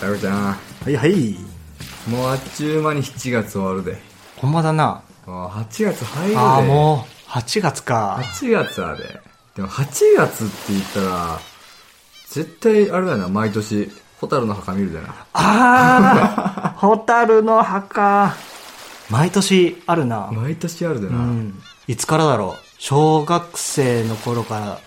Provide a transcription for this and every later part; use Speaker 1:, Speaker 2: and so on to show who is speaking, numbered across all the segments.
Speaker 1: タロちゃん
Speaker 2: はいはい。
Speaker 1: もうあっちゅう間に7月終わるで
Speaker 2: ほんまだな。
Speaker 1: もう8月入るで
Speaker 2: ああ、もう、8月か。
Speaker 1: 8月あれでも8月って言ったら絶対あれだな毎年蛍の墓見るだな
Speaker 2: ああ、 ホタルの墓。毎年あるな。
Speaker 1: 毎年あるだ
Speaker 2: う
Speaker 1: な、
Speaker 2: ん。いつからだろう。小学生の頃から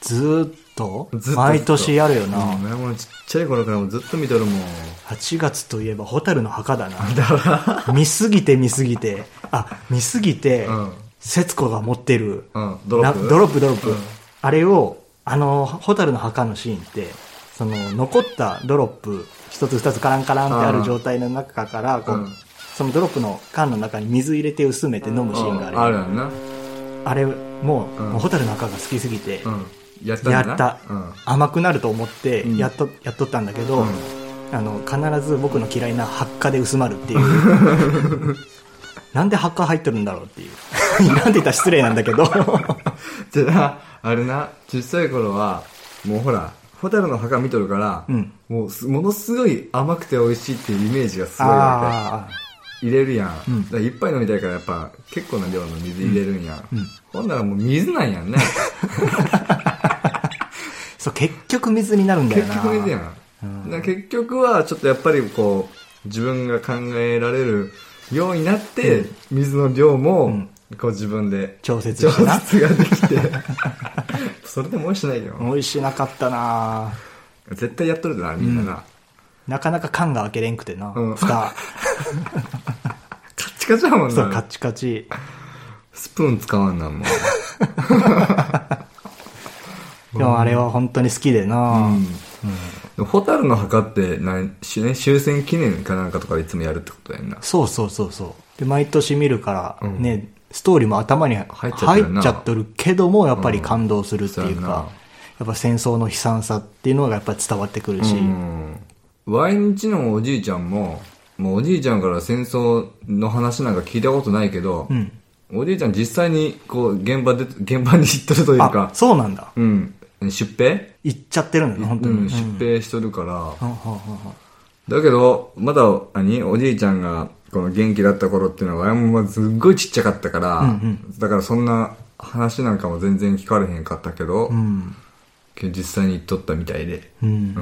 Speaker 2: ずーっと
Speaker 1: ずっとずっと
Speaker 2: 毎年あるよ
Speaker 1: うん
Speaker 2: な。
Speaker 1: 俺もちっちゃい頃からもうずっと見とるもん
Speaker 2: 8月といえばホタルの墓だな。見すぎて見すぎて。あ、見すぎて
Speaker 1: うん、
Speaker 2: 節子が持ってる。
Speaker 1: うんドロップ
Speaker 2: なドロップドロップ、
Speaker 1: うん
Speaker 2: あれをあの蛍の墓のシーンってその残ったドロップ一つ二つカランカランってある状態の中からこう、
Speaker 1: うん
Speaker 2: そのドロップの缶の中に水入れて薄めて飲むシーンがある
Speaker 1: うんあるやんな
Speaker 2: あれもう
Speaker 1: うん
Speaker 2: もう蛍、の墓が好きすぎて、
Speaker 1: うんやったん
Speaker 2: や
Speaker 1: だな
Speaker 2: った、
Speaker 1: うん
Speaker 2: 甘くなると思って
Speaker 1: うん
Speaker 2: やっと、やっとったんだけど、
Speaker 1: うん
Speaker 2: あの必ず僕の嫌いな発火で薄まるっていう なんで発火入ってるんだろうっていう なんて言ったら失礼なんだ けど
Speaker 1: じゃあな、あれな、小さい頃は、もうほら、ホタルの墓見とるから、
Speaker 2: うん
Speaker 1: もうすものすごい甘くて美味しいっていうイメージがすごいわ
Speaker 2: ああ
Speaker 1: け。入れるやん。
Speaker 2: うん
Speaker 1: だからいっぱい飲みたいからやっぱ結構な量の水入れるんやん。
Speaker 2: うんうん
Speaker 1: ほんならもう水なんやん ね。
Speaker 2: そう、結局水になるんだよ
Speaker 1: 結
Speaker 2: な。
Speaker 1: 局水やん。だから結局はちょっとやっぱりこう、自分が考えられるようになって、水の量も、
Speaker 2: ん
Speaker 1: こう自分で
Speaker 2: 調節
Speaker 1: 調
Speaker 2: してな。
Speaker 1: 節ができ て、それでも美味しないよ。
Speaker 2: 美味しなかったな
Speaker 1: 絶対やっとるだな、みんなな。
Speaker 2: なかなか缶が開けれんくてな。
Speaker 1: うん
Speaker 2: 蓋。
Speaker 1: カッチカチやもん
Speaker 2: そう、カ
Speaker 1: な。
Speaker 2: チカチ。
Speaker 1: スプーン使わんなんもん。
Speaker 2: でもあれは本当に好きでな、
Speaker 1: うん。でもホタルの墓って何、しね、終戦記念かなんかとかでいつもやるってことやんな。
Speaker 2: そうそうそうそう。で、毎年見るから、
Speaker 1: うん
Speaker 2: ね、ストーリーも頭に
Speaker 1: 入
Speaker 2: 入
Speaker 1: っ
Speaker 2: っ
Speaker 1: ちゃってるな
Speaker 2: ちゃっとるけども、やっぱり感動するっていう
Speaker 1: うんそうやな
Speaker 2: か、やっぱ戦争の悲惨さっていうのがやっぱり伝わってくるし、
Speaker 1: うん。ワインチのおじいちゃんも、もうおじいちゃんから戦争の話なんか聞いたことないけど、
Speaker 2: うん
Speaker 1: おじいちゃん実際にこう現場で、現場に行ってるという
Speaker 2: あ
Speaker 1: か、、
Speaker 2: そうなんだ。
Speaker 1: うん。出兵
Speaker 2: 行っちゃってるんだよ、本当に。
Speaker 1: う、
Speaker 2: うんん
Speaker 1: 出兵しとるから、
Speaker 2: はんはんはんはん
Speaker 1: だけど、まだ、何おじいちゃんが、この元気だった頃っていうのは、ワイもすっごいちっちゃかったから、
Speaker 2: ん
Speaker 1: だからそんな話なんかも全然聞かれへんかったけど、
Speaker 2: うん。
Speaker 1: けど実際に行っとったみたいで、
Speaker 2: うん。
Speaker 1: うん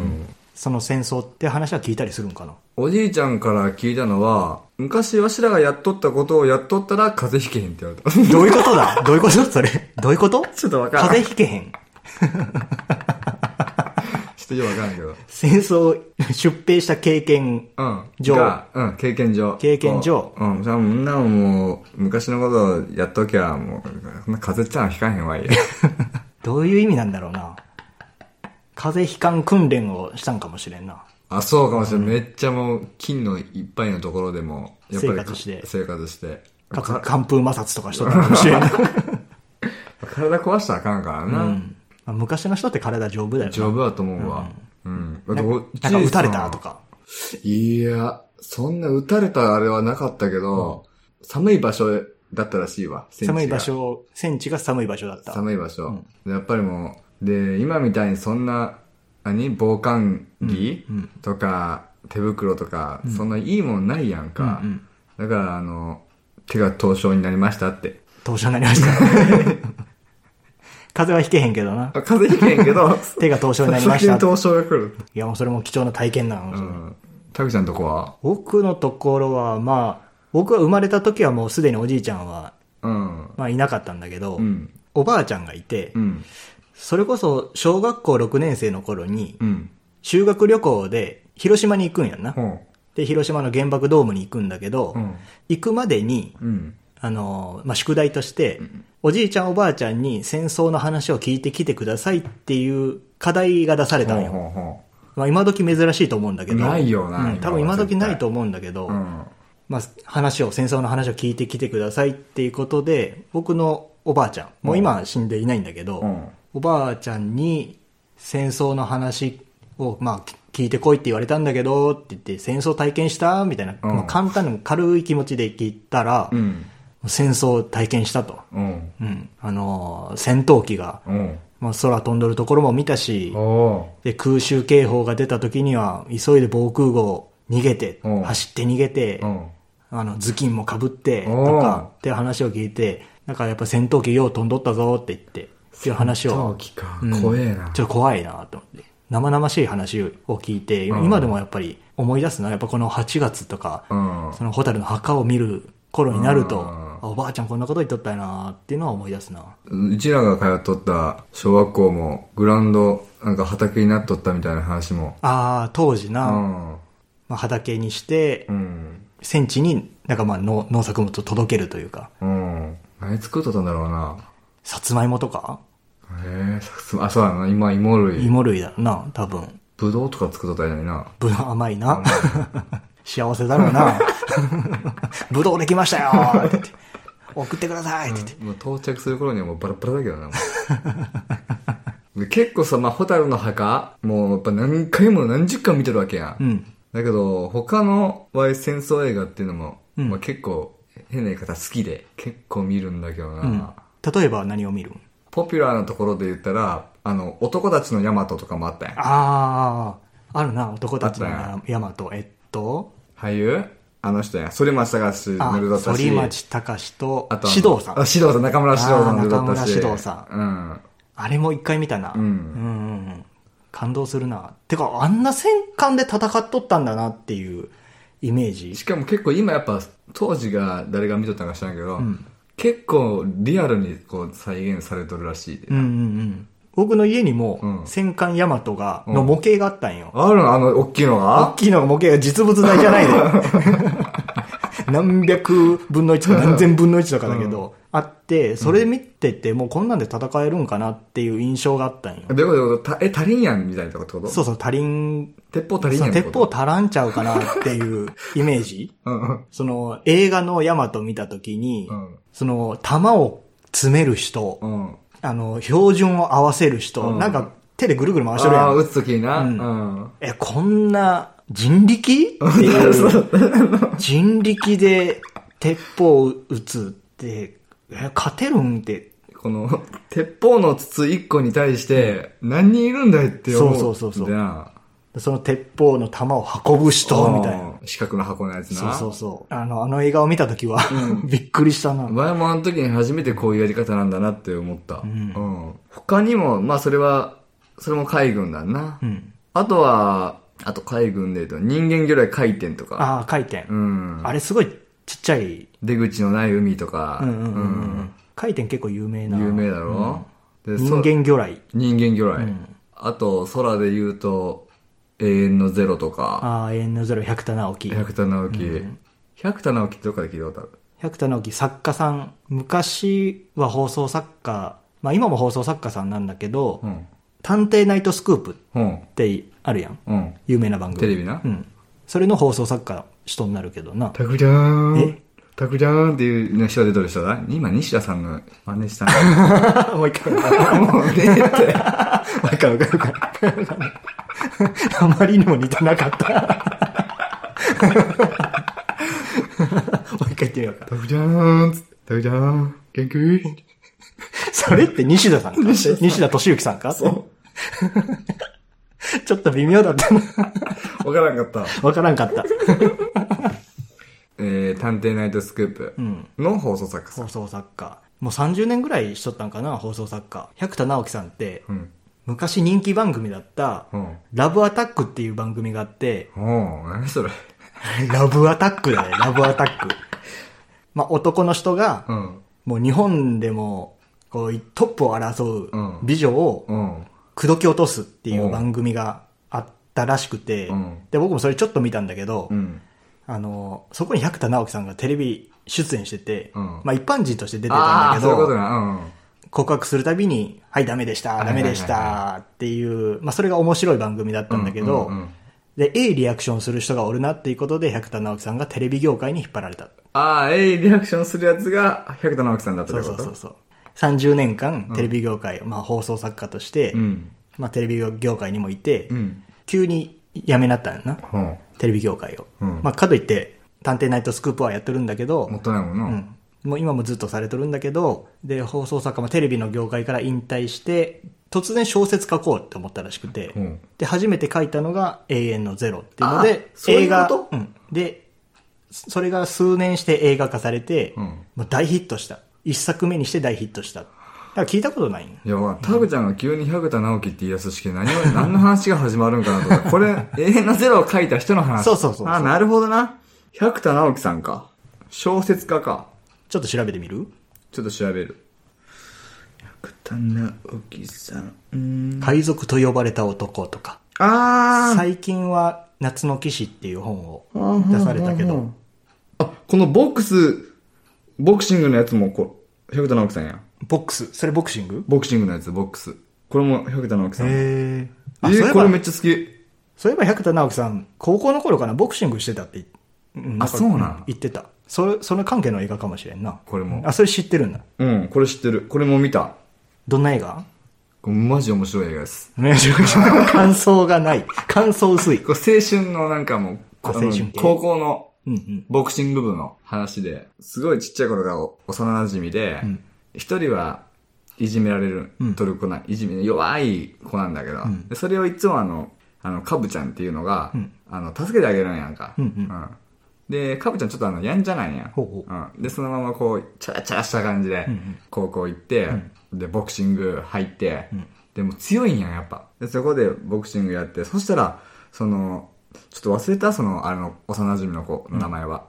Speaker 2: その戦争って話は聞いたりするんかな
Speaker 1: おじいちゃんから聞いたのは、昔わしらがやっとったことをやっとったら風邪ひけへんって言われた。
Speaker 2: どういうこと だどういうことそれ。どういうこと
Speaker 1: ちょっとわからん。
Speaker 2: 風邪ひけへん。
Speaker 1: ちょっとよくわからんけど。
Speaker 2: 戦争、出兵した経験。
Speaker 1: うん。
Speaker 2: 上
Speaker 1: がうん、経験上。
Speaker 2: 経験上
Speaker 1: こううん、じゃあみんなももう、昔のことやっときゃ、もう、そんな風邪ちゃんはひかへんわいや。
Speaker 2: どういう意味なんだろうな。風邪ひかん訓練をしたんかもしれんな。
Speaker 1: あ、そうかもしれない。めっちゃもう、金のいっぱいのところでも、
Speaker 2: 生活して
Speaker 1: 生活して。
Speaker 2: かつ、寒風摩擦とかしとったかもしれんな。
Speaker 1: 体壊したらあかんからな。
Speaker 2: うん まあ昔の人って体丈夫だよ
Speaker 1: 丈
Speaker 2: な。
Speaker 1: 夫だと思うわ。うん。だってお
Speaker 2: なんか撃た
Speaker 1: じ
Speaker 2: れた
Speaker 1: いさん
Speaker 2: とか。
Speaker 1: いや、そんな撃たれたあれはなかったけど、寒い場所だったらしいわ。戦地が
Speaker 2: 寒い場。所を、戦地が寒い場所だった。
Speaker 1: 寒い場所、でやっぱりもう、で、今みたいにそんな、何防寒着、とか、手袋とか、そんないいもんないやんか。だから、あの、手が凍傷になりましたって。
Speaker 2: 凍傷になりました。 風邪はひけへんけどな。
Speaker 1: あ風邪ひけんけど、
Speaker 2: 手が凍傷になりま
Speaker 1: 先
Speaker 2: した
Speaker 1: に。凍傷が来る。
Speaker 2: いや、もうそれも貴重な体験なの。
Speaker 1: うん。タクちゃんとこは
Speaker 2: 僕のところは、まあ、僕が生まれた時はもうすでにおじいちゃんは、
Speaker 1: うん。
Speaker 2: まあいなかったんだけど、
Speaker 1: うん。
Speaker 2: おばあちゃんがいて、
Speaker 1: うん。
Speaker 2: それこそ小学校6年生の頃に
Speaker 1: う、ん。
Speaker 2: 修学旅行で広島に行くんやんな。
Speaker 1: ほ
Speaker 2: で、広島の原爆ドームに行くんだけど、
Speaker 1: う。うん。
Speaker 2: 行くまでに、
Speaker 1: うん。
Speaker 2: あの、まあ、宿題として、おじいちゃんおばあちゃんに戦争の話を聞いてきてくださいっていう課題が出された
Speaker 1: ほ
Speaker 2: ん
Speaker 1: う
Speaker 2: よ。
Speaker 1: ほうほう。
Speaker 2: まあ今時珍しいと思うんだけど。
Speaker 1: ないよな
Speaker 2: うん多分今時ないと思うんだけど、
Speaker 1: うん。
Speaker 2: まあ、話を、戦争の話を聞いてきてくださいっていうことで、僕のおばあちゃん、もう今は死んでいないんだけど、
Speaker 1: うん
Speaker 2: おばあちゃんに戦争の話を、まあ、き聞いてこいって言われたんだけど、って言って、戦争体験したみたいな、
Speaker 1: うん
Speaker 2: まあ簡単に軽い気持ちで聞いたら、
Speaker 1: うん。
Speaker 2: 戦争を体験したと。
Speaker 1: うん。
Speaker 2: うん。あのー戦闘機が、
Speaker 1: うん。
Speaker 2: ままあ、空飛んどるところも見たし
Speaker 1: お、お
Speaker 2: で、空襲警報が出た時には、急いで防空壕逃げて
Speaker 1: うん、
Speaker 2: 走って逃げて
Speaker 1: ー。う、ん。
Speaker 2: あの、頭巾もかぶって、
Speaker 1: おう
Speaker 2: とか、って話を聞いて、なんかやっぱ戦闘機よう飛んどったぞって言って、っていう話
Speaker 1: 陶
Speaker 2: を、
Speaker 1: 器か
Speaker 2: う。ん
Speaker 1: 怖えな。
Speaker 2: ちょっと怖いなと思って。生々しい話を聞いて、
Speaker 1: うん
Speaker 2: 今でもやっぱり思い出すのは、やっぱこの8月とか、
Speaker 1: うん。
Speaker 2: そのホタルの墓を見る頃になると、
Speaker 1: うん
Speaker 2: あおばあちゃんこんなこと言っとったよなっていうのは思い出すな。
Speaker 1: うちらが通っとった小学校もグラウンドなんか畑になっとったみたいな話も。
Speaker 2: ああ、当時
Speaker 1: う
Speaker 2: な、
Speaker 1: ん。
Speaker 2: まあ、畑にして
Speaker 1: う、ん。
Speaker 2: 戦地になんかまあ農農作物を届けるというか、
Speaker 1: うん。何作っとったんだろうな。
Speaker 2: さつまいもとか、
Speaker 1: ええ、さつま、あ、そうやな。今、芋類。
Speaker 2: 芋類だろうな、多分。
Speaker 1: ぶどうとか作っとったんやのにな。
Speaker 2: ぶどう甘いな。 幸せだろう な。ぶどうできましたよって言って。送ってくださいって言って。
Speaker 1: もう到着する頃にはもうバラバラだけ どな、もうで結構さ、まあ、ホタルの墓、もうやっぱ何回も何十回も見てるわけやん。
Speaker 2: うん。
Speaker 1: だけど、他のワイ戦争映画っていうのも、
Speaker 2: うん
Speaker 1: まあ、結構変な言い方好きで、結構見るんだけどな。
Speaker 2: うん。例えば何を見る
Speaker 1: ポピュラーなところで言ったら、あの、男たちのヤマトとかもあったやん。
Speaker 2: ああ、あるな、男たちの
Speaker 1: あった
Speaker 2: ヤマト。えっと、
Speaker 1: 俳優あの人やん。反町隆史
Speaker 2: あ
Speaker 1: のるだったし。
Speaker 2: 反町隆史と
Speaker 1: あとあの
Speaker 2: 獅童さん
Speaker 1: あ、。指導さん、中村指導さんのるだったし。
Speaker 2: あー中村獅童さ
Speaker 1: ん。
Speaker 2: あれも一回見たな。
Speaker 1: うん
Speaker 2: うんうんうん感動するな。てか、あんな戦艦で戦っとったんだなっていうイメー
Speaker 1: うん。
Speaker 2: ジ。
Speaker 1: しかも結構今やっぱ、当時が誰が見とったんか知らんけど、
Speaker 2: ん
Speaker 1: 結構リアルにこう再現されとるらしいで。
Speaker 2: うんうんうん。僕の家にも
Speaker 1: うん
Speaker 2: 戦艦ヤマトが、
Speaker 1: うん
Speaker 2: の模型があったんよ。
Speaker 1: あるのあの、大きいの
Speaker 2: 大
Speaker 1: が
Speaker 2: きいのが模型が実物大じゃないで。 何百分の1とか何千分の1とかだけど、あって、それ見てて、もうこんなんで戦えるんかなっていう印象があったんよ。
Speaker 1: どういうことどういうことたえ、足りんやんみたいなことこと
Speaker 2: そうそう、足りん、
Speaker 1: 鉄砲足りん
Speaker 2: そ
Speaker 1: やんっ
Speaker 2: の
Speaker 1: て
Speaker 2: 鉄
Speaker 1: こと
Speaker 2: 砲足らんちゃうかなっていうイメージ。
Speaker 1: うんうん。
Speaker 2: その映画のヤマト見たときに、
Speaker 1: うん
Speaker 2: その弾を詰める人、
Speaker 1: うん。
Speaker 2: あの、標準を合わせる人、
Speaker 1: うん
Speaker 2: なんか手でぐるぐる
Speaker 1: あ
Speaker 2: 回してるや
Speaker 1: あー、
Speaker 2: ん。
Speaker 1: 撃つときにな。
Speaker 2: うん
Speaker 1: うん
Speaker 2: え、こんな人力っていう、 人力で鉄砲を撃つって、え、勝てるんって、
Speaker 1: この、鉄砲の筒1個に対して、何人いるんだいって思う。
Speaker 2: そうそうそうそう
Speaker 1: じゃあ、
Speaker 2: その鉄砲の弾を運ぶ人みたいな。
Speaker 1: うん。四角の箱のやつな。
Speaker 2: そうそうそう。あの、あの映画を見たときは、 びっくりしたな。
Speaker 1: 前もあの時に初めてこういうやり方なんだなって思った。
Speaker 2: ん
Speaker 1: うん他にも、まあそれは、それも海軍だな。
Speaker 2: うん。
Speaker 1: あとは、あと海軍で言うと、人間魚雷回転とか。
Speaker 2: ああ、回転。
Speaker 1: うん。
Speaker 2: あれすごいちっちゃい
Speaker 1: 出口のない海とか。
Speaker 2: うんうんうんうん回転結構有名
Speaker 1: う
Speaker 2: なん
Speaker 1: 有名だろ、で
Speaker 2: 人
Speaker 1: そ
Speaker 2: 間魚雷
Speaker 1: 人間魚雷。
Speaker 2: うん
Speaker 1: あと、空で言うと、永遠のゼロとか。
Speaker 2: ああ永遠のゼロ百田直樹
Speaker 1: 百田直樹。百田直樹ってどっかで聞いたことある。
Speaker 2: 百田直樹作家さん昔は放送作家まあ今も放送作家さんなんだけど「
Speaker 1: うん。
Speaker 2: 探偵ナイトスクープ」っ
Speaker 1: うん。
Speaker 2: てあるやん
Speaker 1: うん。
Speaker 2: 有名な番組
Speaker 1: テレビな
Speaker 2: うんそれの放送作家人になるけどな
Speaker 1: タクちゃーん
Speaker 2: え。
Speaker 1: タクちゃーんっていう人が出てる人だ。今、西田さんの真似したの。
Speaker 2: もう一回
Speaker 1: もうねって。
Speaker 2: わかるわかるわかる。あまりにも似てなかった。もう一回言ってみようか。
Speaker 1: タクちゃーんつって。タクちゃーん。元気
Speaker 2: それって西田さんか西田敏行さんか
Speaker 1: そ
Speaker 2: ちょっと微妙だったな。
Speaker 1: う。わからんかった。
Speaker 2: わからんかった。
Speaker 1: えー、探偵ナイトスクープ
Speaker 2: うん
Speaker 1: の放送作家さん。
Speaker 2: 放送作家。もう30年ぐらいしとったんかな、放送作家。百田直樹さんって、
Speaker 1: うん。
Speaker 2: 昔人気番組だった、
Speaker 1: うん。
Speaker 2: ラブアタックっていう番組が あって、
Speaker 1: おう何それ。
Speaker 2: ラブアタックだね、ラブアタック。まあ男の人が
Speaker 1: う、ん。
Speaker 2: もう日本でも、こう、トップを争
Speaker 1: うん
Speaker 2: う美女を
Speaker 1: うん。
Speaker 2: 口説き落とすっていううん番組があったらしくて
Speaker 1: うん、
Speaker 2: で、僕もそれちょっと見たんだけど
Speaker 1: う、ん。
Speaker 2: あの、そこに百田直樹さんがテレビ出演してて、
Speaker 1: うん
Speaker 2: まあ一般人として出て
Speaker 1: あ
Speaker 2: た
Speaker 1: あー、
Speaker 2: んだ
Speaker 1: そういう
Speaker 2: け
Speaker 1: こと
Speaker 2: ど、
Speaker 1: な。うん。
Speaker 2: 告白するたびに、はい、ダメでした、
Speaker 1: はいは
Speaker 2: ダ
Speaker 1: いはい
Speaker 2: メでしたっていう、まあそれが面白い番組だったんだけど
Speaker 1: うんうんうん、
Speaker 2: で、いいリアクションする人がおるなっていうことで、百田直樹さんがテレビ業界に引っ張られた。
Speaker 1: ああ、えい、リアクションするやつが、百田直樹さんだったっ
Speaker 2: そう
Speaker 1: てこ
Speaker 2: そうそう
Speaker 1: と
Speaker 2: そう。30年間、テレビ業界、まあ放送作家として、
Speaker 1: うん。
Speaker 2: まあテレビ業界にもいて、
Speaker 1: うん。
Speaker 2: 急に辞めなったんやな。
Speaker 1: うん。
Speaker 2: テレビ業界を。
Speaker 1: うん
Speaker 2: まあかといって、探偵ナイトスクープはやってるんだけど
Speaker 1: もっ、とないもんな。
Speaker 2: うん。もう今もずっとされてるんだけど、で、放送作家もテレビの業界から引退して、突然小説書こうって思ったらしくて、
Speaker 1: うん
Speaker 2: で、初めて書いたのが永遠のゼロっていうの
Speaker 1: あ
Speaker 2: で、
Speaker 1: そういうこと
Speaker 2: 映画、うんで、それが数年して映画化されて、
Speaker 1: うん
Speaker 2: もう大ヒットした。一作目にして大ヒットした。だから聞いたことないん
Speaker 1: いや、タグちゃんが急に百田直樹って言い出す式何を、 何の話が始まるんかなとか、これ、永遠のゼロを書いた人の話。
Speaker 2: そうそうそう
Speaker 1: あ、なるほどな。百田直樹さんか。小説家か。
Speaker 2: ちょっと調べてみる
Speaker 1: ちょっと調べる。百田直樹さん。うん。
Speaker 2: 海賊と呼ばれた男とか。
Speaker 1: あ
Speaker 2: 最近は夏の騎士っていう本を出されたけど、
Speaker 1: あ、このボックス、ボクシングのやつもこう、百田直樹さんや。
Speaker 2: ボックス、それボクシング
Speaker 1: ボクシングのやつ、ボックス。これも百田直樹さん。え
Speaker 2: へえ。あ、そういえ
Speaker 1: ー、これめ
Speaker 2: ば
Speaker 1: っ、ちゃ好き。
Speaker 2: そういえば百田直樹さん、高校の頃かな、ボクシングしてたって言っ、
Speaker 1: あそうなん
Speaker 2: か言ってた。それ、その関係の映画かもしれんな。
Speaker 1: これも
Speaker 2: あ、それ知ってるんだ。
Speaker 1: うん、これ知ってる。これも見た。
Speaker 2: どんな映画
Speaker 1: これマジ面白い映画です。
Speaker 2: めちゃくちゃ感想がない。感想薄い。
Speaker 1: これ青春のなんかもう、
Speaker 2: あ
Speaker 1: あの
Speaker 2: 青春系
Speaker 1: 高校の
Speaker 2: うんうん。
Speaker 1: ボクシング部の話で、すごいちっちゃい頃がお幼馴染で
Speaker 2: ん、
Speaker 1: 一、人はいじめられる、
Speaker 2: うん
Speaker 1: トルコな、いじめ、弱い子なんだけど、
Speaker 2: ん
Speaker 1: でそれをいつもあの、あの、カブちゃんっていうのが、
Speaker 2: うん
Speaker 1: あの、助けてあげるんやんか。
Speaker 2: うんうん
Speaker 1: で、カブちゃんちょっとあの、やんじゃないんや。、
Speaker 2: ほうほうん
Speaker 1: で、そのままこう、チャラチャラした感じで、高校行って、で、ボクシング入って、でも強いんやん、やっぱ。で、そこでボクシングやって、そしたら、その、ちょっと忘れた、その、あの、幼馴染の子の名前は。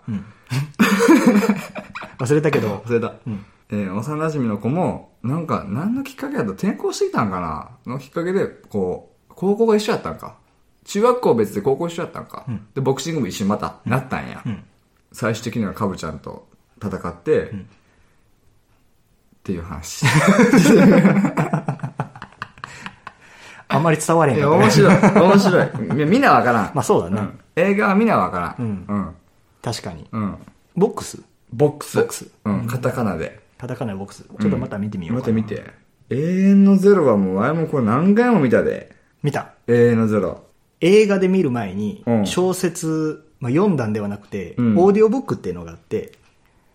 Speaker 2: 忘れたけど、
Speaker 1: 忘れた。えー幼馴染の子も、なんか、何のきっかけだと転校してきたんかなのきっかけで、こう、高校が一緒やったんか。中学校別で高校一緒やったんか。で、ボクシング部一緒にまた、なったんや。最終的にはカブちゃんと戦って、っていう話。
Speaker 2: あんまり伝われ へ
Speaker 1: い
Speaker 2: ん
Speaker 1: や、
Speaker 2: か
Speaker 1: 面
Speaker 2: ったね。
Speaker 1: 白い。面白い。い やみんなわからん。
Speaker 2: まあそうだね
Speaker 1: ん映画はみんなわからん。
Speaker 2: ん
Speaker 1: うん。
Speaker 2: 確かに。
Speaker 1: うん。
Speaker 2: ボックス
Speaker 1: ボックス。
Speaker 2: ボックス
Speaker 1: うん。カタカナで。
Speaker 2: カタカナでボックス。ちょっとまた見てみよう
Speaker 1: 待っ
Speaker 2: か
Speaker 1: て
Speaker 2: な。
Speaker 1: 見て。永遠のゼロはもう、前もこれ何回も見たで。
Speaker 2: 見た。
Speaker 1: 永遠のゼロ。
Speaker 2: 映画で見る前に
Speaker 1: う、ん
Speaker 2: 小説、まあ、読んだんではなくて、
Speaker 1: うん
Speaker 2: オーディオブックっていうのがあって、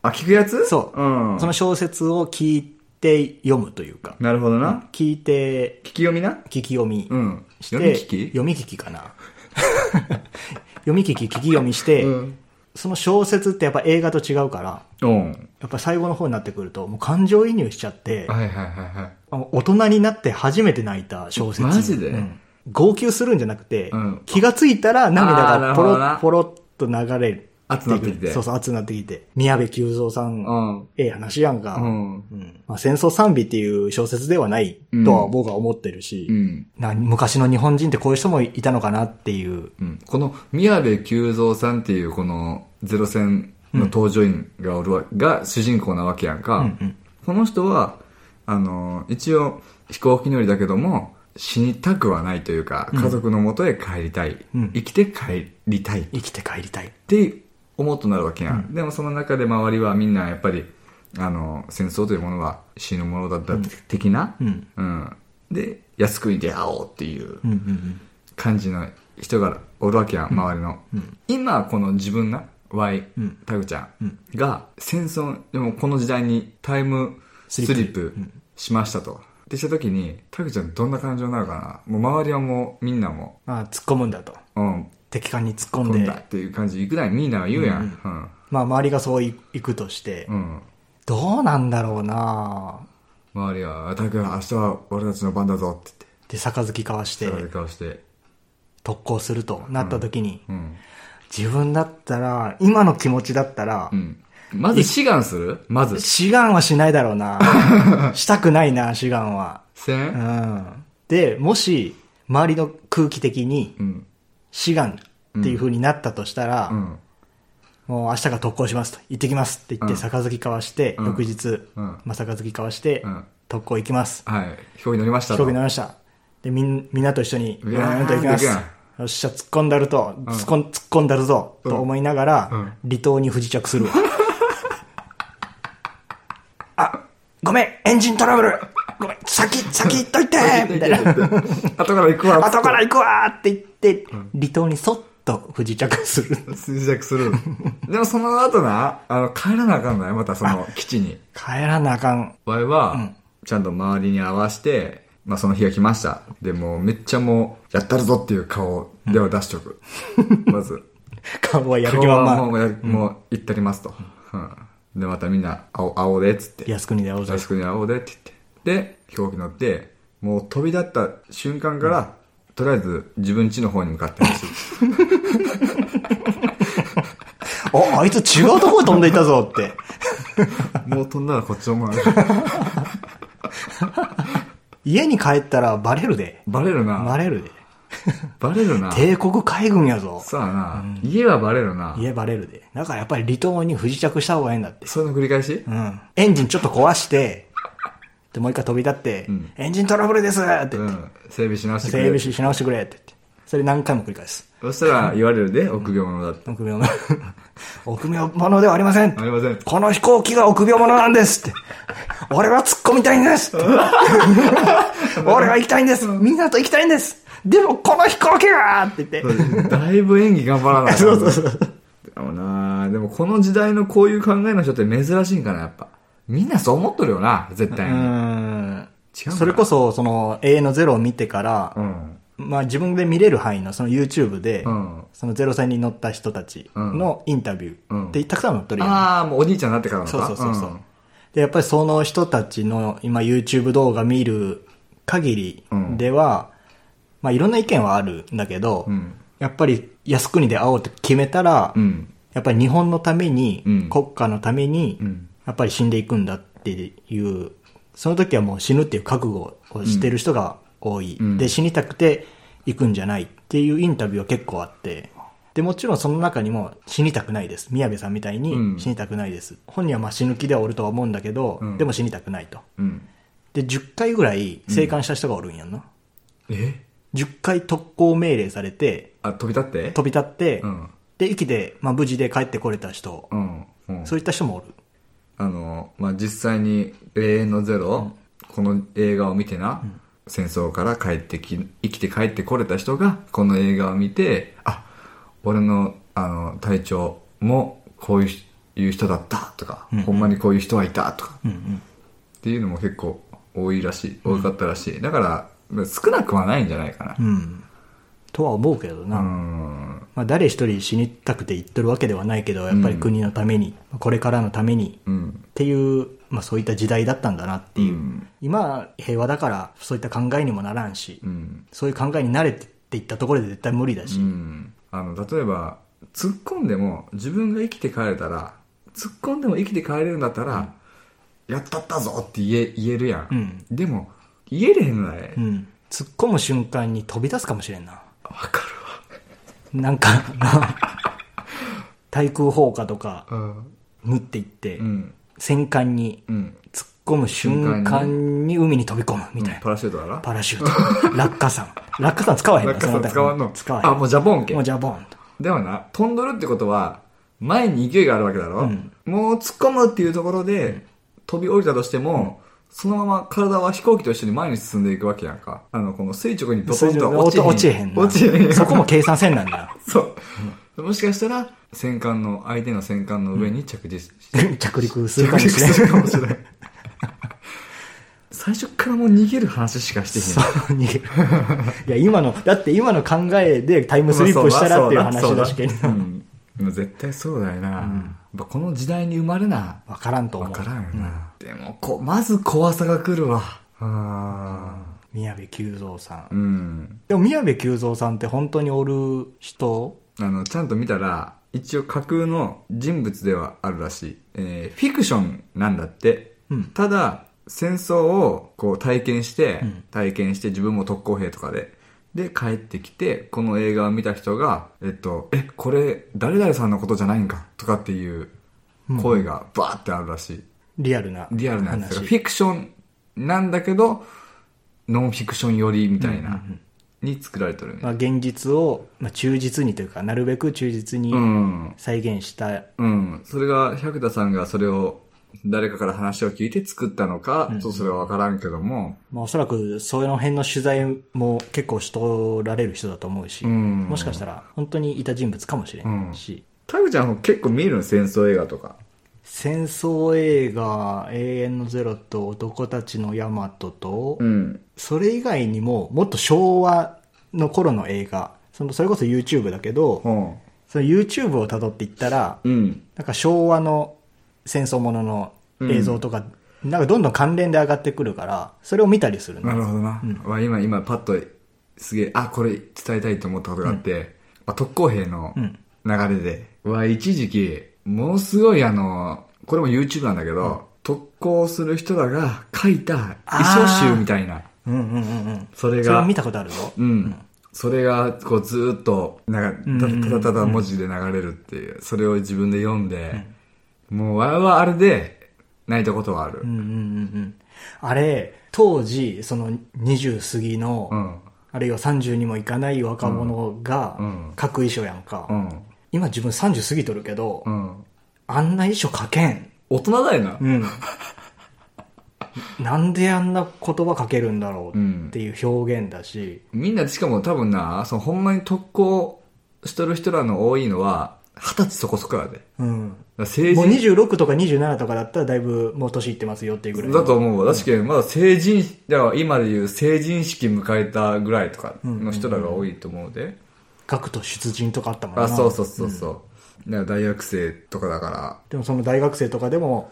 Speaker 1: あ、聞くやつ
Speaker 2: そう、
Speaker 1: うん。
Speaker 2: その小説を聞いて読むというか、
Speaker 1: なるほどな。
Speaker 2: 聞いて
Speaker 1: 聞き読みな。
Speaker 2: 聞き読み
Speaker 1: うん。
Speaker 2: して、
Speaker 1: 読み聞き
Speaker 2: 読み聞きかな。 読み聞き、聞き読みして、
Speaker 1: うん
Speaker 2: その小説ってやっぱ映画と違うから、
Speaker 1: うん。
Speaker 2: やっぱ最後の方になってくると、もう感情移入しちゃって、
Speaker 1: はいはいはいはい。
Speaker 2: 大人になって初めて泣いた小説。
Speaker 1: マジで
Speaker 2: うん号泣するんじゃなくて、
Speaker 1: うん
Speaker 2: 気がついたら涙
Speaker 1: あーなる
Speaker 2: がポ
Speaker 1: ほ
Speaker 2: ロ
Speaker 1: ど
Speaker 2: ッ
Speaker 1: な
Speaker 2: ポロッと流れる。
Speaker 1: 熱なってきて
Speaker 2: そうそう、熱なってきて。宮部久蔵さん、
Speaker 1: うん。
Speaker 2: ええ話やんか。
Speaker 1: うん。
Speaker 2: うんまあ、戦争賛美っていう小説ではないとは僕は思ってるし、
Speaker 1: うん。
Speaker 2: な昔の日本人ってこういう人もいたのかなっていう。
Speaker 1: うん、この宮部久蔵さんっていうこのゼロ戦の登場員がおるわ、が主人公なわけやんか、
Speaker 2: うんうん
Speaker 1: この人はあの一応飛行機乗りだけども死にたくはないというか家族のもとへ帰りたい、
Speaker 2: うん
Speaker 1: 生きて帰りたいっ
Speaker 2: 生きて帰りたい。
Speaker 1: て思うとなるわけやん、でもその中で周りはみんなやっぱりあの戦争というものは死ぬものだった的な、
Speaker 2: うん。
Speaker 1: うんで靖国に出会おうっていう
Speaker 2: うんうんうん。
Speaker 1: 感じの人がおるわけやん、周りの。今、この自分な、Y、
Speaker 2: ん
Speaker 1: タグちゃんが、戦争、でもこの時代にタイムスリップしましたと。ってした時に、タグちゃんどんな感情になるかなもう周りはもうみんなも、
Speaker 2: まあ、突っ込むんだと。
Speaker 1: うん、
Speaker 2: 敵艦に突っ込
Speaker 1: 飛
Speaker 2: ん
Speaker 1: ん
Speaker 2: で
Speaker 1: だ。っていう感じでいくらいみんなは言うやん。
Speaker 2: まあ、周りがそうい行くとして、
Speaker 1: うん。うん。
Speaker 2: どうなんだろうな
Speaker 1: 周りは、タグ明日は俺たちの番だぞって
Speaker 2: で、杯交わして
Speaker 1: 言って、そういう顔して。
Speaker 2: 特攻するとなった時に、
Speaker 1: うん。
Speaker 2: 自分だったら、今の気持ちだったら
Speaker 1: う、ん。まず志願するまず。
Speaker 2: 志願はしないだろうな したくないな志願は。
Speaker 1: せ
Speaker 2: うんん。で、もし、周りの空気的に
Speaker 1: う、ん。
Speaker 2: 志願っていう風になったとしたら、
Speaker 1: うん。
Speaker 2: もう明日から特攻しますと、行ってきますって言って、
Speaker 1: うん
Speaker 2: 杯交わして、
Speaker 1: うん
Speaker 2: 翌日、
Speaker 1: うん
Speaker 2: まあ、杯交わして、
Speaker 1: うん
Speaker 2: 特攻行きます。
Speaker 1: はい。飛行機乗りました
Speaker 2: 飛
Speaker 1: と
Speaker 2: 行機乗りました。で、みん、みんなと一緒に、
Speaker 1: う
Speaker 2: う
Speaker 1: わー
Speaker 2: ーんと行きます
Speaker 1: 行くやん。
Speaker 2: よっしゃ、突っ込んだると、突っ込ん、突っ込んだるぞ、と思いながら、
Speaker 1: うん
Speaker 2: 離島に不時着するわ。 あ、ごめん、エンジントラブルごめん、先、先行 っといてみたいな。
Speaker 1: 後から行くわ。
Speaker 2: 後から行くわーって言って、離島にそっと不時着する。
Speaker 1: 衰弱する。でもその後な、あの、帰らなあかんのよ、またその基地に。
Speaker 2: 帰らなあかん。
Speaker 1: 場合は、ちゃんと周りに合わせて、まあその日が来ました。で、もうめっちゃもう、やったるぞっていう顔では出しと く。まず。
Speaker 2: 顔はやる
Speaker 1: 今
Speaker 2: 気
Speaker 1: 日
Speaker 2: は
Speaker 1: はも
Speaker 2: ま
Speaker 1: う、もう行ってりますと。うんで、またみんな、青、青で、っつって
Speaker 2: あ、。安国で青ざ
Speaker 1: 安くに会おうでって言って。で、飛行機乗って、もう飛び立った瞬間から、とりあえず自分家の方に向かって 走る。
Speaker 2: あ、あいつ違うところ飛んでいったぞって。
Speaker 1: もう飛んだらこっちの方 に
Speaker 2: 家に帰ったらバレるで。
Speaker 1: バレる
Speaker 2: バ
Speaker 1: な。
Speaker 2: レるで。
Speaker 1: バレるな。
Speaker 2: 帝国海軍やぞ。
Speaker 1: さあな、家はバレるな。
Speaker 2: 家バレるで。だからやっぱり離島に不時着した方がいいんだって。
Speaker 1: それの繰り返し、
Speaker 2: うん。エンジンちょっと壊して、で、もう一回飛び立って、
Speaker 1: ん
Speaker 2: エンジントラブルですって
Speaker 1: う
Speaker 2: 言って、
Speaker 1: ん。整備し直してく
Speaker 2: 整
Speaker 1: れ。
Speaker 2: 備し直してくれって言って。それ何回も繰り返す。
Speaker 1: そしたら言われるで、臆病者だって。
Speaker 2: 臆病な。 臆病者ではありません
Speaker 1: ありません。
Speaker 2: この飛行機が臆病者なんですって。俺は突っ込みたいんで すって俺は行きたいんですみんなと行きたいんですでもこの飛行機がって言って。
Speaker 1: だいぶ演技頑張らない。
Speaker 2: そうそうそう。
Speaker 1: でもなでもこの時代のこういう考えの人って珍しいんかな、やっぱ。みんなそう思っとるよな、絶対
Speaker 2: う
Speaker 1: に。
Speaker 2: ん。
Speaker 1: 違う
Speaker 2: それこそ、その、A のゼロを見てから、
Speaker 1: うん。
Speaker 2: まあ自分で見れる範囲のその YouTube で、
Speaker 1: うん
Speaker 2: そのゼロ戦に乗った人たちのインタビュ
Speaker 1: うん
Speaker 2: ーってたくさん載ってるやん。
Speaker 1: ああ、もうお兄ちゃんになってからのか
Speaker 2: そうそうそうそう、で、やっぱりその人たちの今 YouTube 動画見る限りでは、まあいろんな意見はあるんだけど、
Speaker 1: ん
Speaker 2: やっぱり靖国で会おうって決めたら、
Speaker 1: うん。うん。
Speaker 2: やっぱり日本のために、
Speaker 1: うん
Speaker 2: 国家のために、
Speaker 1: ん
Speaker 2: やっぱり死んでいくんだっていう、その時はもう死ぬっていう覚悟をしてる人が多い。
Speaker 1: ん
Speaker 2: で、死にたくて行くんじゃないっていうインタビューは結構あって、で、もちろんその中にも死にたくないです。宮部さんみたい
Speaker 1: うん
Speaker 2: に死にたくないです。本人はまあ死ぬ気ではおるとは思うんだけど、
Speaker 1: ん
Speaker 2: でも死にたくないと。
Speaker 1: うん。
Speaker 2: で、10回ぐらい生還した人がおるんやんな。
Speaker 1: え
Speaker 2: 10回特攻命令されて、
Speaker 1: あ、飛び立って
Speaker 2: 飛び立って、
Speaker 1: うん
Speaker 2: で、生きて、まあ無事で帰ってこれた人、
Speaker 1: うん。うん。
Speaker 2: そういった人もおる。
Speaker 1: あの、まあ、実際に永遠のゼロ、この映画を見てな、戦争から帰ってき、生きて帰ってこれた人が、この映画を見て、あ、俺の、あの、隊長も、こういうひいう人だったとか、ほんまにこういう人はいたとか、っていうのも結構多いらしい、多かったらしい。だから、少なくはないんじゃないかな。
Speaker 2: うん。とは思うけどな。
Speaker 1: うん。
Speaker 2: まあ、誰一人死にたくて言ってるわけではないけど、やっぱり国のために、これからのために、
Speaker 1: うん
Speaker 2: っていう、まあそういった時代だったんだなっていう。
Speaker 1: うん
Speaker 2: 今、平和だから、そういった考えにもならんし、
Speaker 1: うん
Speaker 2: そういう考えに慣れてっていったところで絶対無理だし。
Speaker 1: うん、あの例えば突っ込んでも自分が生きて帰れたら突っ込んでも生きて帰れるんだったら、やったったぞって言え言えるやん、でも言えれへんのだね
Speaker 2: うん。突っ込む瞬間に飛び出すかもしれんな。
Speaker 1: わ、か
Speaker 2: なんか、 対空砲火とか、
Speaker 1: るわ
Speaker 2: 縫っていって、
Speaker 1: うん
Speaker 2: 戦艦に
Speaker 1: うん
Speaker 2: 突っ込む瞬間に海に飛び込むみたいな。
Speaker 1: パラシュートだな
Speaker 2: パラシュート。落下傘。落下傘使わへんの
Speaker 1: 落下傘使わんの
Speaker 2: 使わへん。
Speaker 1: あもうジャボンけ
Speaker 2: もうジャボンと。
Speaker 1: でもな飛んどるってことは前に勢いがあるわけだろ、もう突っ込むっていうところで飛び降りたとしても、そのまま体は飛行機と一緒に前に進んでいくわけやんか。あの、この垂直にドトンとは落ちへん。
Speaker 2: 落ち
Speaker 1: 落ち
Speaker 2: へんな。
Speaker 1: へんやん
Speaker 2: そこも計算せんなん だよ。
Speaker 1: そう。もしかしたら、戦艦の、相手の戦艦の上に着地し、
Speaker 2: 着陸する
Speaker 1: 着
Speaker 2: かも
Speaker 1: 陸
Speaker 2: しれん。
Speaker 1: するかもしれない。最初からもう逃げる話しかして
Speaker 2: そ
Speaker 1: へ。、
Speaker 2: うん逃げる。いや、今の、だって今の考えでタイムスリップしたらっていう話だしけん
Speaker 1: そうだそうだうんでも絶対そうだよな。やっぱこの時代に生まれな。
Speaker 2: わからんと思
Speaker 1: わか
Speaker 2: う。
Speaker 1: らんよな。でもこ、まず怖さが来るわ。あ
Speaker 2: 宮部久蔵さん。
Speaker 1: ーうん。
Speaker 2: でも宮部久蔵さんって本当におる人
Speaker 1: あの、ちゃんと見たら、一応架空の人物ではあるらしい。えーフィクションなんだって。
Speaker 2: うん
Speaker 1: ただ、戦争をこう体験して、体験して自分も特攻兵とかで、で、帰ってきて、この映画を見た人が、えっと、え、これ、誰々さんのことじゃないんかとかっていう声がバーってあるらしい。
Speaker 2: リアルな。
Speaker 1: リアルなやつが。フ
Speaker 2: 話。
Speaker 1: ィクションなんだけど、ノンフィクション寄りみたいな、に作られてるみたい
Speaker 2: まあ、現実を、まあ、忠実にというか、なるべく忠実に
Speaker 1: うん。
Speaker 2: 再現した
Speaker 1: うん。それが、百田さんがそれを、誰かから話を聞いて作ったのか、ちょっとそれはわからんけども、
Speaker 2: まあ、おそらく、その辺の取材も結構しとられる人だと思うし、
Speaker 1: うん
Speaker 2: もしかしたら、本当にいた人物かもしれんし、
Speaker 1: タグちゃん結構見るの戦争映画とか。
Speaker 2: 戦争映画「永遠のゼロ」と「男たちのヤマト」と、
Speaker 1: うん。
Speaker 2: それ以外にももっと昭和の頃の映画そのそれこそ YouTube だけど、
Speaker 1: ほ
Speaker 2: その YouTube をたどっていったら、
Speaker 1: う。うん。
Speaker 2: なんか昭和の戦争ものの映像とか、なんかどんどん関連で上がってくるから、それを見たりする
Speaker 1: な
Speaker 2: の。
Speaker 1: るほどな。わ今、今、パッと、すげえ、あ、これ伝えたいと思ったことがあって、まあ、特攻兵の
Speaker 2: ん
Speaker 1: 流れで、は一時期、ものすごいあの、これも YouTube なんだけど、特攻する人らが書いた遺書集みたいな、
Speaker 2: うんうんうんうん。
Speaker 1: それ
Speaker 2: それ
Speaker 1: が
Speaker 2: は見たことあるぞ。
Speaker 1: うん。それが、こう、ずーっと、なんか、たただただ文字で流れるっていう、それを自分で読んで、もう、わはあれで、泣いたことはある
Speaker 2: う。んうんうんうん。あれ、当時、その20過ぎの、
Speaker 1: うん。
Speaker 2: あるいは30にもいかない若者が
Speaker 1: うん
Speaker 2: 書く衣装やんか。
Speaker 1: うん。
Speaker 2: 今自分30過ぎとるけど、
Speaker 1: うん。
Speaker 2: あんな衣装書けん。
Speaker 1: 大人だよな。
Speaker 2: うん。なんであんな言葉書けるんだろうっていう表現だし、
Speaker 1: みんな、しかも多分な、その、ほんまに特攻しとる人らの多いのは、二十歳そこそこやで。だか
Speaker 2: うん。
Speaker 1: ら成
Speaker 2: もう
Speaker 1: 人
Speaker 2: 26とか27とかだったらだいぶもう年いってますよっていうぐらいの。
Speaker 1: だと思うわ。確かに、まだ成人、だから今でいう成人式迎えたぐらいとかの人らが多いと思うで。
Speaker 2: 学徒出陣とかあったもんな。
Speaker 1: あ、そうそうそうそう。だから大学生とかだか
Speaker 2: でもその大学生とかでも、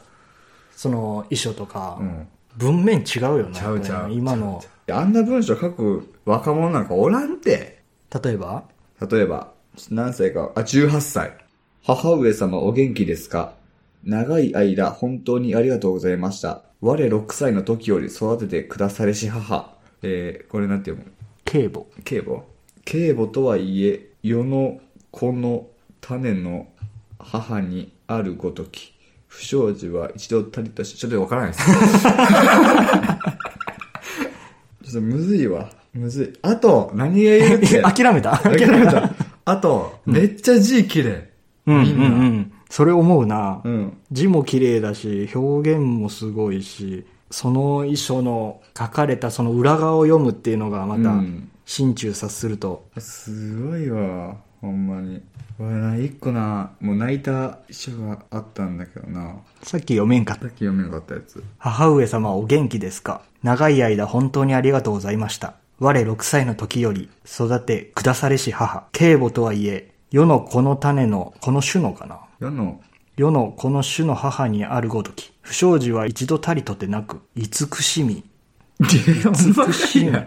Speaker 2: その衣装とか
Speaker 1: ら、う、ん。
Speaker 2: 文面違うよな。
Speaker 1: ちゃうちゃう
Speaker 2: 今の、
Speaker 1: あんな文章書く若者なんかおらんて。
Speaker 2: 例えば
Speaker 1: 例えば、何歳か、あ、18歳。母上様お元気ですか長い間本当にありがとうございました。我6歳の時より育ててくだされし母。えー、これなんて読む
Speaker 2: 警母。
Speaker 1: 警母警母とはいえ世の子の種の母にあるごとき不祥事は一度たりとしちょっとわからないです ちょっとむずいわむずいあと何が言うって
Speaker 2: 諦めた
Speaker 1: 諦めたあと、めっちゃ字綺麗
Speaker 2: うんうん
Speaker 1: みん
Speaker 2: う。
Speaker 1: なん
Speaker 2: それ思うな。
Speaker 1: うん
Speaker 2: 字も綺麗だし、表現もすごいし、その衣装の書かれたその裏側を読むっていうのがま
Speaker 1: う
Speaker 2: た
Speaker 1: ん、
Speaker 2: 心中察すると、
Speaker 1: すごいわほんまに俺な一個なもう泣いた書があったんだけどな
Speaker 2: さっき読めんかった
Speaker 1: さっき読めなかったやつ
Speaker 2: 母上様お元気ですか長い間本当にありがとうございました。我6歳の時より育て下されし母。警母とはいえ、世のこの種の、この種のかな
Speaker 1: 世の
Speaker 2: 世のこの種の母にあるごとき。不祥事は一度たりとてなく、慈しみ。
Speaker 1: 美
Speaker 2: しいな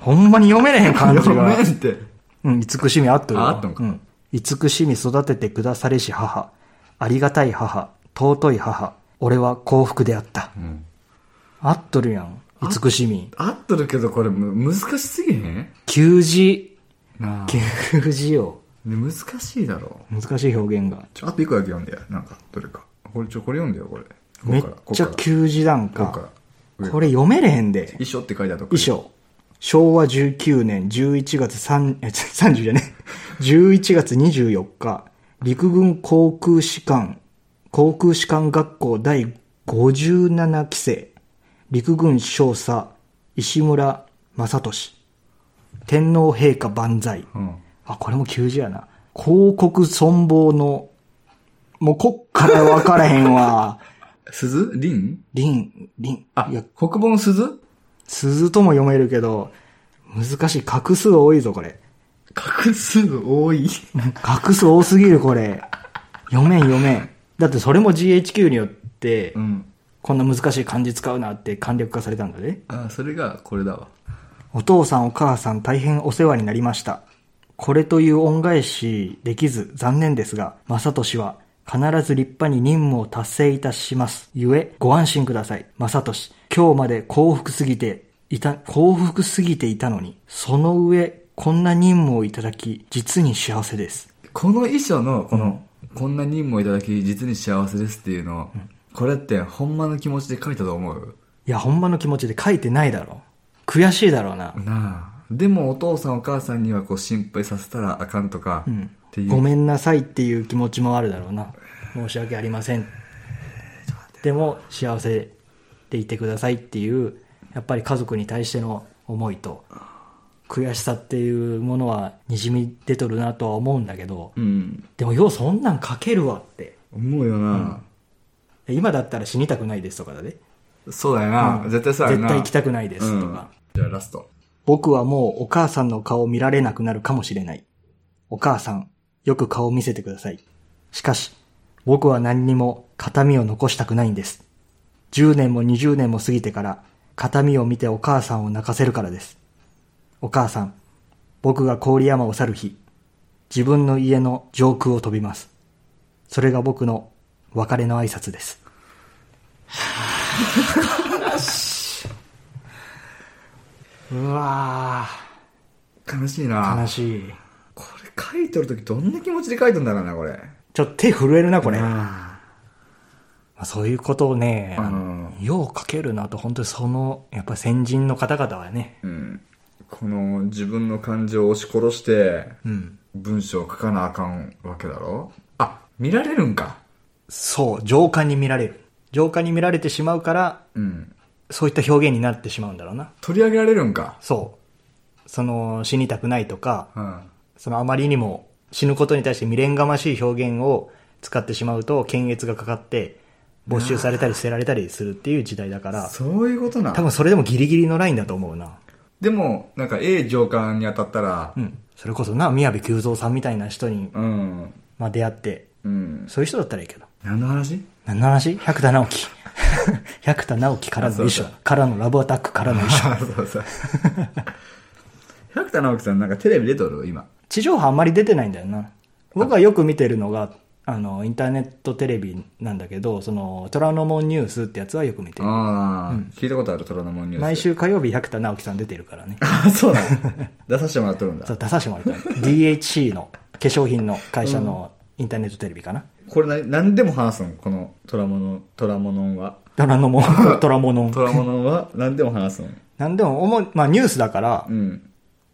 Speaker 2: ほんまに読めれへ ん感じ
Speaker 1: ごめ
Speaker 2: が
Speaker 1: ん。って。
Speaker 2: うん、慈しみあっとるわ
Speaker 1: ああっとんか
Speaker 2: うん。慈しみ育ててくだされし母。ありがたい母。尊い母。俺は幸福であった。あっとるやん。慈しみ。
Speaker 1: 合っとるけど、これむ難しすぎへん
Speaker 2: 給字。
Speaker 1: なあ。
Speaker 2: 給字よ。
Speaker 1: ね難しいだろ。
Speaker 2: 難しい表現が。
Speaker 1: ちょ、あと一個だけ読んでや。なんか、どれか。これ、ちょ、これ読んでよ、これ。こ
Speaker 2: め
Speaker 1: こ
Speaker 2: っ
Speaker 1: から、ここ
Speaker 2: ち
Speaker 1: か
Speaker 2: ゃ
Speaker 1: ら。
Speaker 2: 給字なん
Speaker 1: ここから
Speaker 2: か。。
Speaker 1: 上
Speaker 2: これ読めれへんで。
Speaker 1: 衣装って書いてあるとこ
Speaker 2: 衣。装。昭和19年11月3、え、30じゃ ね。11月24日、陸軍航空士官、航空士官学校第57期生、陸軍少佐、石村正俊、天皇陛下万歳。
Speaker 1: うん。
Speaker 2: あ、これも急字やな。広告存亡の、もうこっから分からへんわ。
Speaker 1: 鈴凛
Speaker 2: 林、林、
Speaker 1: あ
Speaker 2: いや、、
Speaker 1: 国本鈴
Speaker 2: 鈴とも読めるけど、難しい。画数多いぞ、これ。
Speaker 1: 画数多い。
Speaker 2: 画数多すぎる、これ。読めん、読めん。だってそれも GHQ によって、
Speaker 1: うん。
Speaker 2: こんな難しい漢字使うなって簡略化されたんだね。
Speaker 1: あ、それがこれだわ。
Speaker 2: お父さんお母さん大変お世話になりました。これという恩返しできず残念ですが、正俊は必ず立派に任務を達成いたします。ゆえ、ご安心ください。正俊、今日まで幸福すぎていた、幸福すぎていたのに、その上、こんな任務をいただき、実に幸せです。
Speaker 1: この衣装の、この、こんな任務をいただき、実に幸せですっていうの、これって、ほんまの気持ちで書いたと思う
Speaker 2: いや、ほんまの気持ちで書いてないだろう。悔しいだろうな。
Speaker 1: なあでもお父さんお母さんにはこう心配させたらあかんとか、っていう
Speaker 2: ごめんなさいっていう気持ちもあるだろうな申し訳ありませんでも幸せで言ってくださいっていうやっぱり家族に対しての思いと悔しさっていうものはにじみ出とるなとは思うんだけど
Speaker 1: うん
Speaker 2: でもようそんなん書けるわって
Speaker 1: 思うよな、
Speaker 2: 今だったら死にたくないですとかだね。
Speaker 1: そうだよな、
Speaker 2: うん
Speaker 1: 絶対そうや
Speaker 2: 絶
Speaker 1: な
Speaker 2: 対行き
Speaker 1: い
Speaker 2: たくないですとか。
Speaker 1: じゃあラスト
Speaker 2: 僕はもうお母さんの顔見られなくなるかもしれない。お母さん、よく顔見せてください。しかし、僕は何にも形見を残したくないんです。10年も20年も過ぎてから、形見を見てお母さんを泣かせるからです。お母さん、僕が郡山を去る日、自分の家の上空を飛びます。それが僕の別れの挨拶です。うわ
Speaker 1: 悲しい
Speaker 2: ー、悲
Speaker 1: な
Speaker 2: しい。
Speaker 1: これ書いとる時どんな気持ちで書いとんだろうなこれ
Speaker 2: ちょっと手震えるな、これ。
Speaker 1: あ
Speaker 2: まあ、そういうことをね、あ
Speaker 1: うん
Speaker 2: のよう書けるなと、本当にその、やっぱ先人の方々はね、
Speaker 1: うんこの自分の感情を押し殺して
Speaker 2: うん。
Speaker 1: 文章を書かなあかんわけだろあ見られるんか
Speaker 2: そう、情感に見られる。情感に見られてしまうから、
Speaker 1: うん
Speaker 2: そういった表現になってしまうんだろうな。
Speaker 1: 取り上げられるんか
Speaker 2: そう。その、死にたくないとか、
Speaker 1: うん
Speaker 2: そのあまりにも死ぬことに対して未練がましい表現を使ってしまうと、検閲がかかって、没収されたり捨てられたりするっていう時代だから、
Speaker 1: そういうことな
Speaker 2: 多分それでもギリギリのラインだと思うな。
Speaker 1: でもなんか A 上官に当たったら
Speaker 2: うん。それこそな、宮部久蔵さんみたいな人に
Speaker 1: うん
Speaker 2: まあ、出会って、
Speaker 1: うん
Speaker 2: そういう人だったらいいけど。
Speaker 1: 何の話
Speaker 2: 何の話百田直樹。 百田直樹からの衣装
Speaker 1: あそう。
Speaker 2: からのラブアタックからの 衣装。
Speaker 1: あそうそう百田直樹さんなんかテレビ出とる今
Speaker 2: 地上波あんまり出てないんだよな。僕はよく見てるのが、あの、インターネットテレビなんだけど、その、虎ノ門ニュースってやつはよく見てる。
Speaker 1: ああ、聞いたことある虎ノ門ニュース
Speaker 2: 毎週火曜日百田直樹さん出てるからね。
Speaker 1: あそうだ 出させてもらっとるんだ
Speaker 2: そう出させてもらった DHC の化粧品の会社のインターネットテレビかな。
Speaker 1: これ何何でも話すんこの虎モノ虎モノンは
Speaker 2: 虎ノ門、虎モノン。
Speaker 1: 虎モノンは何でも話すん
Speaker 2: なんでも、主にまあニュースだから
Speaker 1: う、 ん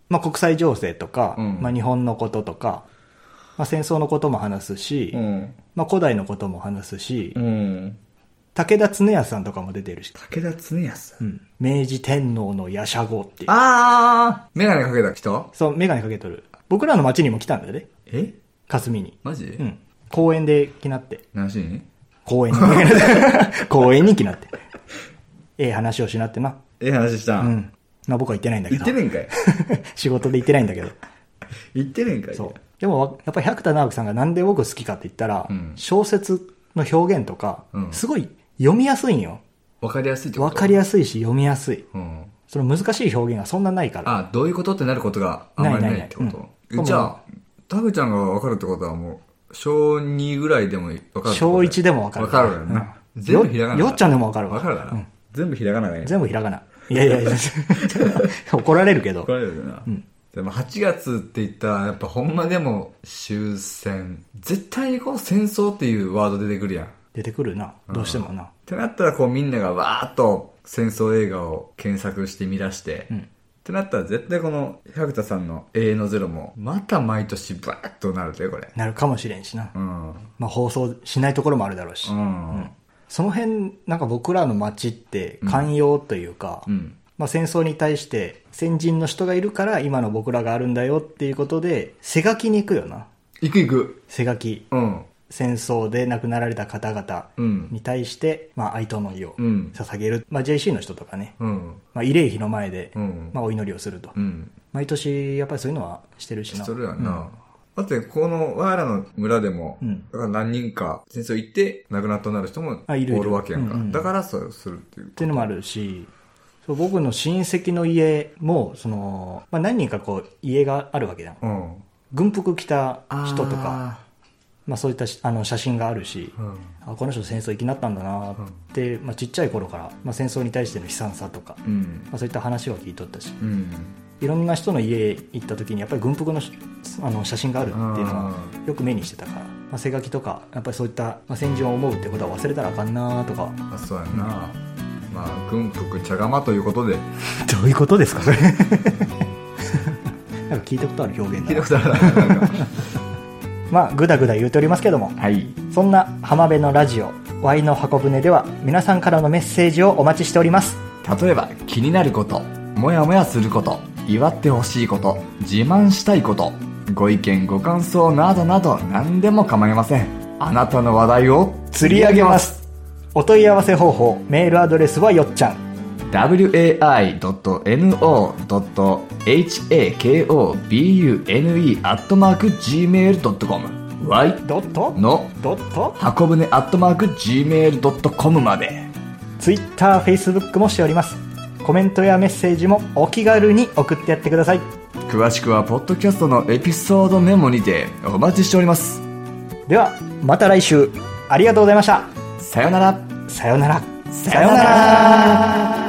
Speaker 2: まあ、国際情勢とか、
Speaker 1: うん
Speaker 2: まあ、日本のこととか、まあ、戦争のことも話すし、
Speaker 1: うん
Speaker 2: まあ、古代のことも話すし、
Speaker 1: うん
Speaker 2: 武田恒康さんとかも出てるし、
Speaker 1: 武田恒康
Speaker 2: うん明治天皇の夜叉号っていう。
Speaker 1: ああ眼鏡かけた人
Speaker 2: そう、メガネかけとる。僕らの町にも来たんだよね。
Speaker 1: え
Speaker 2: 霞に。
Speaker 1: マジ、
Speaker 2: うん。公園で来なって。
Speaker 1: 何しに
Speaker 2: 公 園に。公園に来なって。ええ話をしなってな。
Speaker 1: ええ話した、、
Speaker 2: うんん。まあ僕は行ってないんだけ
Speaker 1: 言っ
Speaker 2: ど
Speaker 1: て。ねえんかい
Speaker 2: 仕事で行ってないんだけど。
Speaker 1: 言ってねえんかい
Speaker 2: そう。でも、やっぱり百田直樹さんがなんで僕好きかって言ったら、
Speaker 1: うん
Speaker 2: 小説の表現とか、
Speaker 1: うん
Speaker 2: すごい読みやすいんよ。
Speaker 1: わかりやすいってこ
Speaker 2: わ
Speaker 1: と
Speaker 2: かりやすいし読みやすい。
Speaker 1: うん
Speaker 2: その難しい表現がそんなないから。
Speaker 1: あどういうことってなることがあんまり
Speaker 2: ない
Speaker 1: な
Speaker 2: ない
Speaker 1: いってこと
Speaker 2: ないうん
Speaker 1: えじゃあタグちゃんが分かるってことはもう小2ぐらいでも分かるってことだよ
Speaker 2: 小1でもわかる。
Speaker 1: 分かるよな、全部ひらがな
Speaker 2: よよっちゃんでもわかるわ
Speaker 1: 分かるだろ、
Speaker 2: うん
Speaker 1: 全部ひらがながいい
Speaker 2: 全部ひらがな。いやいや いや、怒られるけど
Speaker 1: 怒。られるよな、でも8月って言ったらやっぱほんまでも終戦絶対にこう戦争っていうワード出てくるやんっ
Speaker 2: 出てくるな。どうしてもな。
Speaker 1: てなったらこうみんながわーっと戦争映画を検索して見出して、ってなったら絶対この百田さんの「永遠のゼロ」もまた毎年バーッとなるでこれ
Speaker 2: なるかもしれんしな。
Speaker 1: うん
Speaker 2: まあ放送しないところもあるだろうし。
Speaker 1: うん
Speaker 2: その辺、なんか僕らの街って寛容というか、
Speaker 1: うん
Speaker 2: まあ、戦争に対して先人の人がいるから今の僕らがあるんだよっていうことで、背書きに行くよな。
Speaker 1: 行く行く
Speaker 2: 背書き。
Speaker 1: うん
Speaker 2: 戦争で亡くなられた方々
Speaker 1: うん
Speaker 2: に対して、まあ、哀悼の意を
Speaker 1: うん
Speaker 2: 捧げる、まあ、JC の人とかね、
Speaker 1: うん
Speaker 2: まあ、慰霊碑の前で、
Speaker 1: うん
Speaker 2: まあ、お祈りをすると、
Speaker 1: うん
Speaker 2: 毎年やっぱりそういうのはしてるしな
Speaker 1: しとるやんな、だってこの我らの村でも、
Speaker 2: うん
Speaker 1: だから何人か戦争行って亡くなっとなる人も
Speaker 2: あいるいる
Speaker 1: おるわけやんか
Speaker 2: うんうん
Speaker 1: だからそうするっていう
Speaker 2: っていうのもあるしそう僕の親戚の家もその、まあ、何人かこう家があるわけじゃん
Speaker 1: うん
Speaker 2: 軍服着た人とかまあ、そういったしあの写真があるし、
Speaker 1: うん
Speaker 2: あこの人戦争生きなったんだなって、まあ、ちっちゃい頃から、まあ、戦争に対しての悲惨さとか、
Speaker 1: う
Speaker 2: ま
Speaker 1: ん
Speaker 2: あ、そういった話は聞いとったし
Speaker 1: うん
Speaker 2: いろんな人の家行った時にやっぱり軍服のしあの写真があるっていうのは
Speaker 1: あ
Speaker 2: よく目にしてたから、まあ、背書きとかやっぱりそういった、まあ、戦場を思うってことは忘れたらあかんなとか
Speaker 1: あそうやんな、まあ軍服茶釜ということで
Speaker 2: どういうことですかそれ なんか聞いたことある表現
Speaker 1: 聞い
Speaker 2: だ
Speaker 1: た
Speaker 2: な
Speaker 1: ことあるな
Speaker 2: まあぐだぐだ言うておりますけども
Speaker 1: はい
Speaker 2: そんな浜辺のラジオ「ワイの箱舟」では皆さんからのメッセージをお待ちしております
Speaker 1: 例えば気になることモヤモヤすること祝ってほしいこと自慢したいことご意見ご感想などなど何でも構いませんあなたの話題を
Speaker 2: 釣り上げますお問い合わせ方法メールアドレスはよっちゃん
Speaker 1: wai.no.hakobune.gmail.com y
Speaker 2: ドット
Speaker 1: の
Speaker 2: ドット
Speaker 1: 箱舟アットマーク gmail.com まで
Speaker 2: TwitterFacebook もしておりますコメントやメッセージもお気軽に送ってやってください
Speaker 1: 詳しくはポッドキャストのエピソードメモにてお待ちしております
Speaker 2: ではまた来週ありがとうございました
Speaker 1: さよなら
Speaker 2: さようなら
Speaker 1: さよなら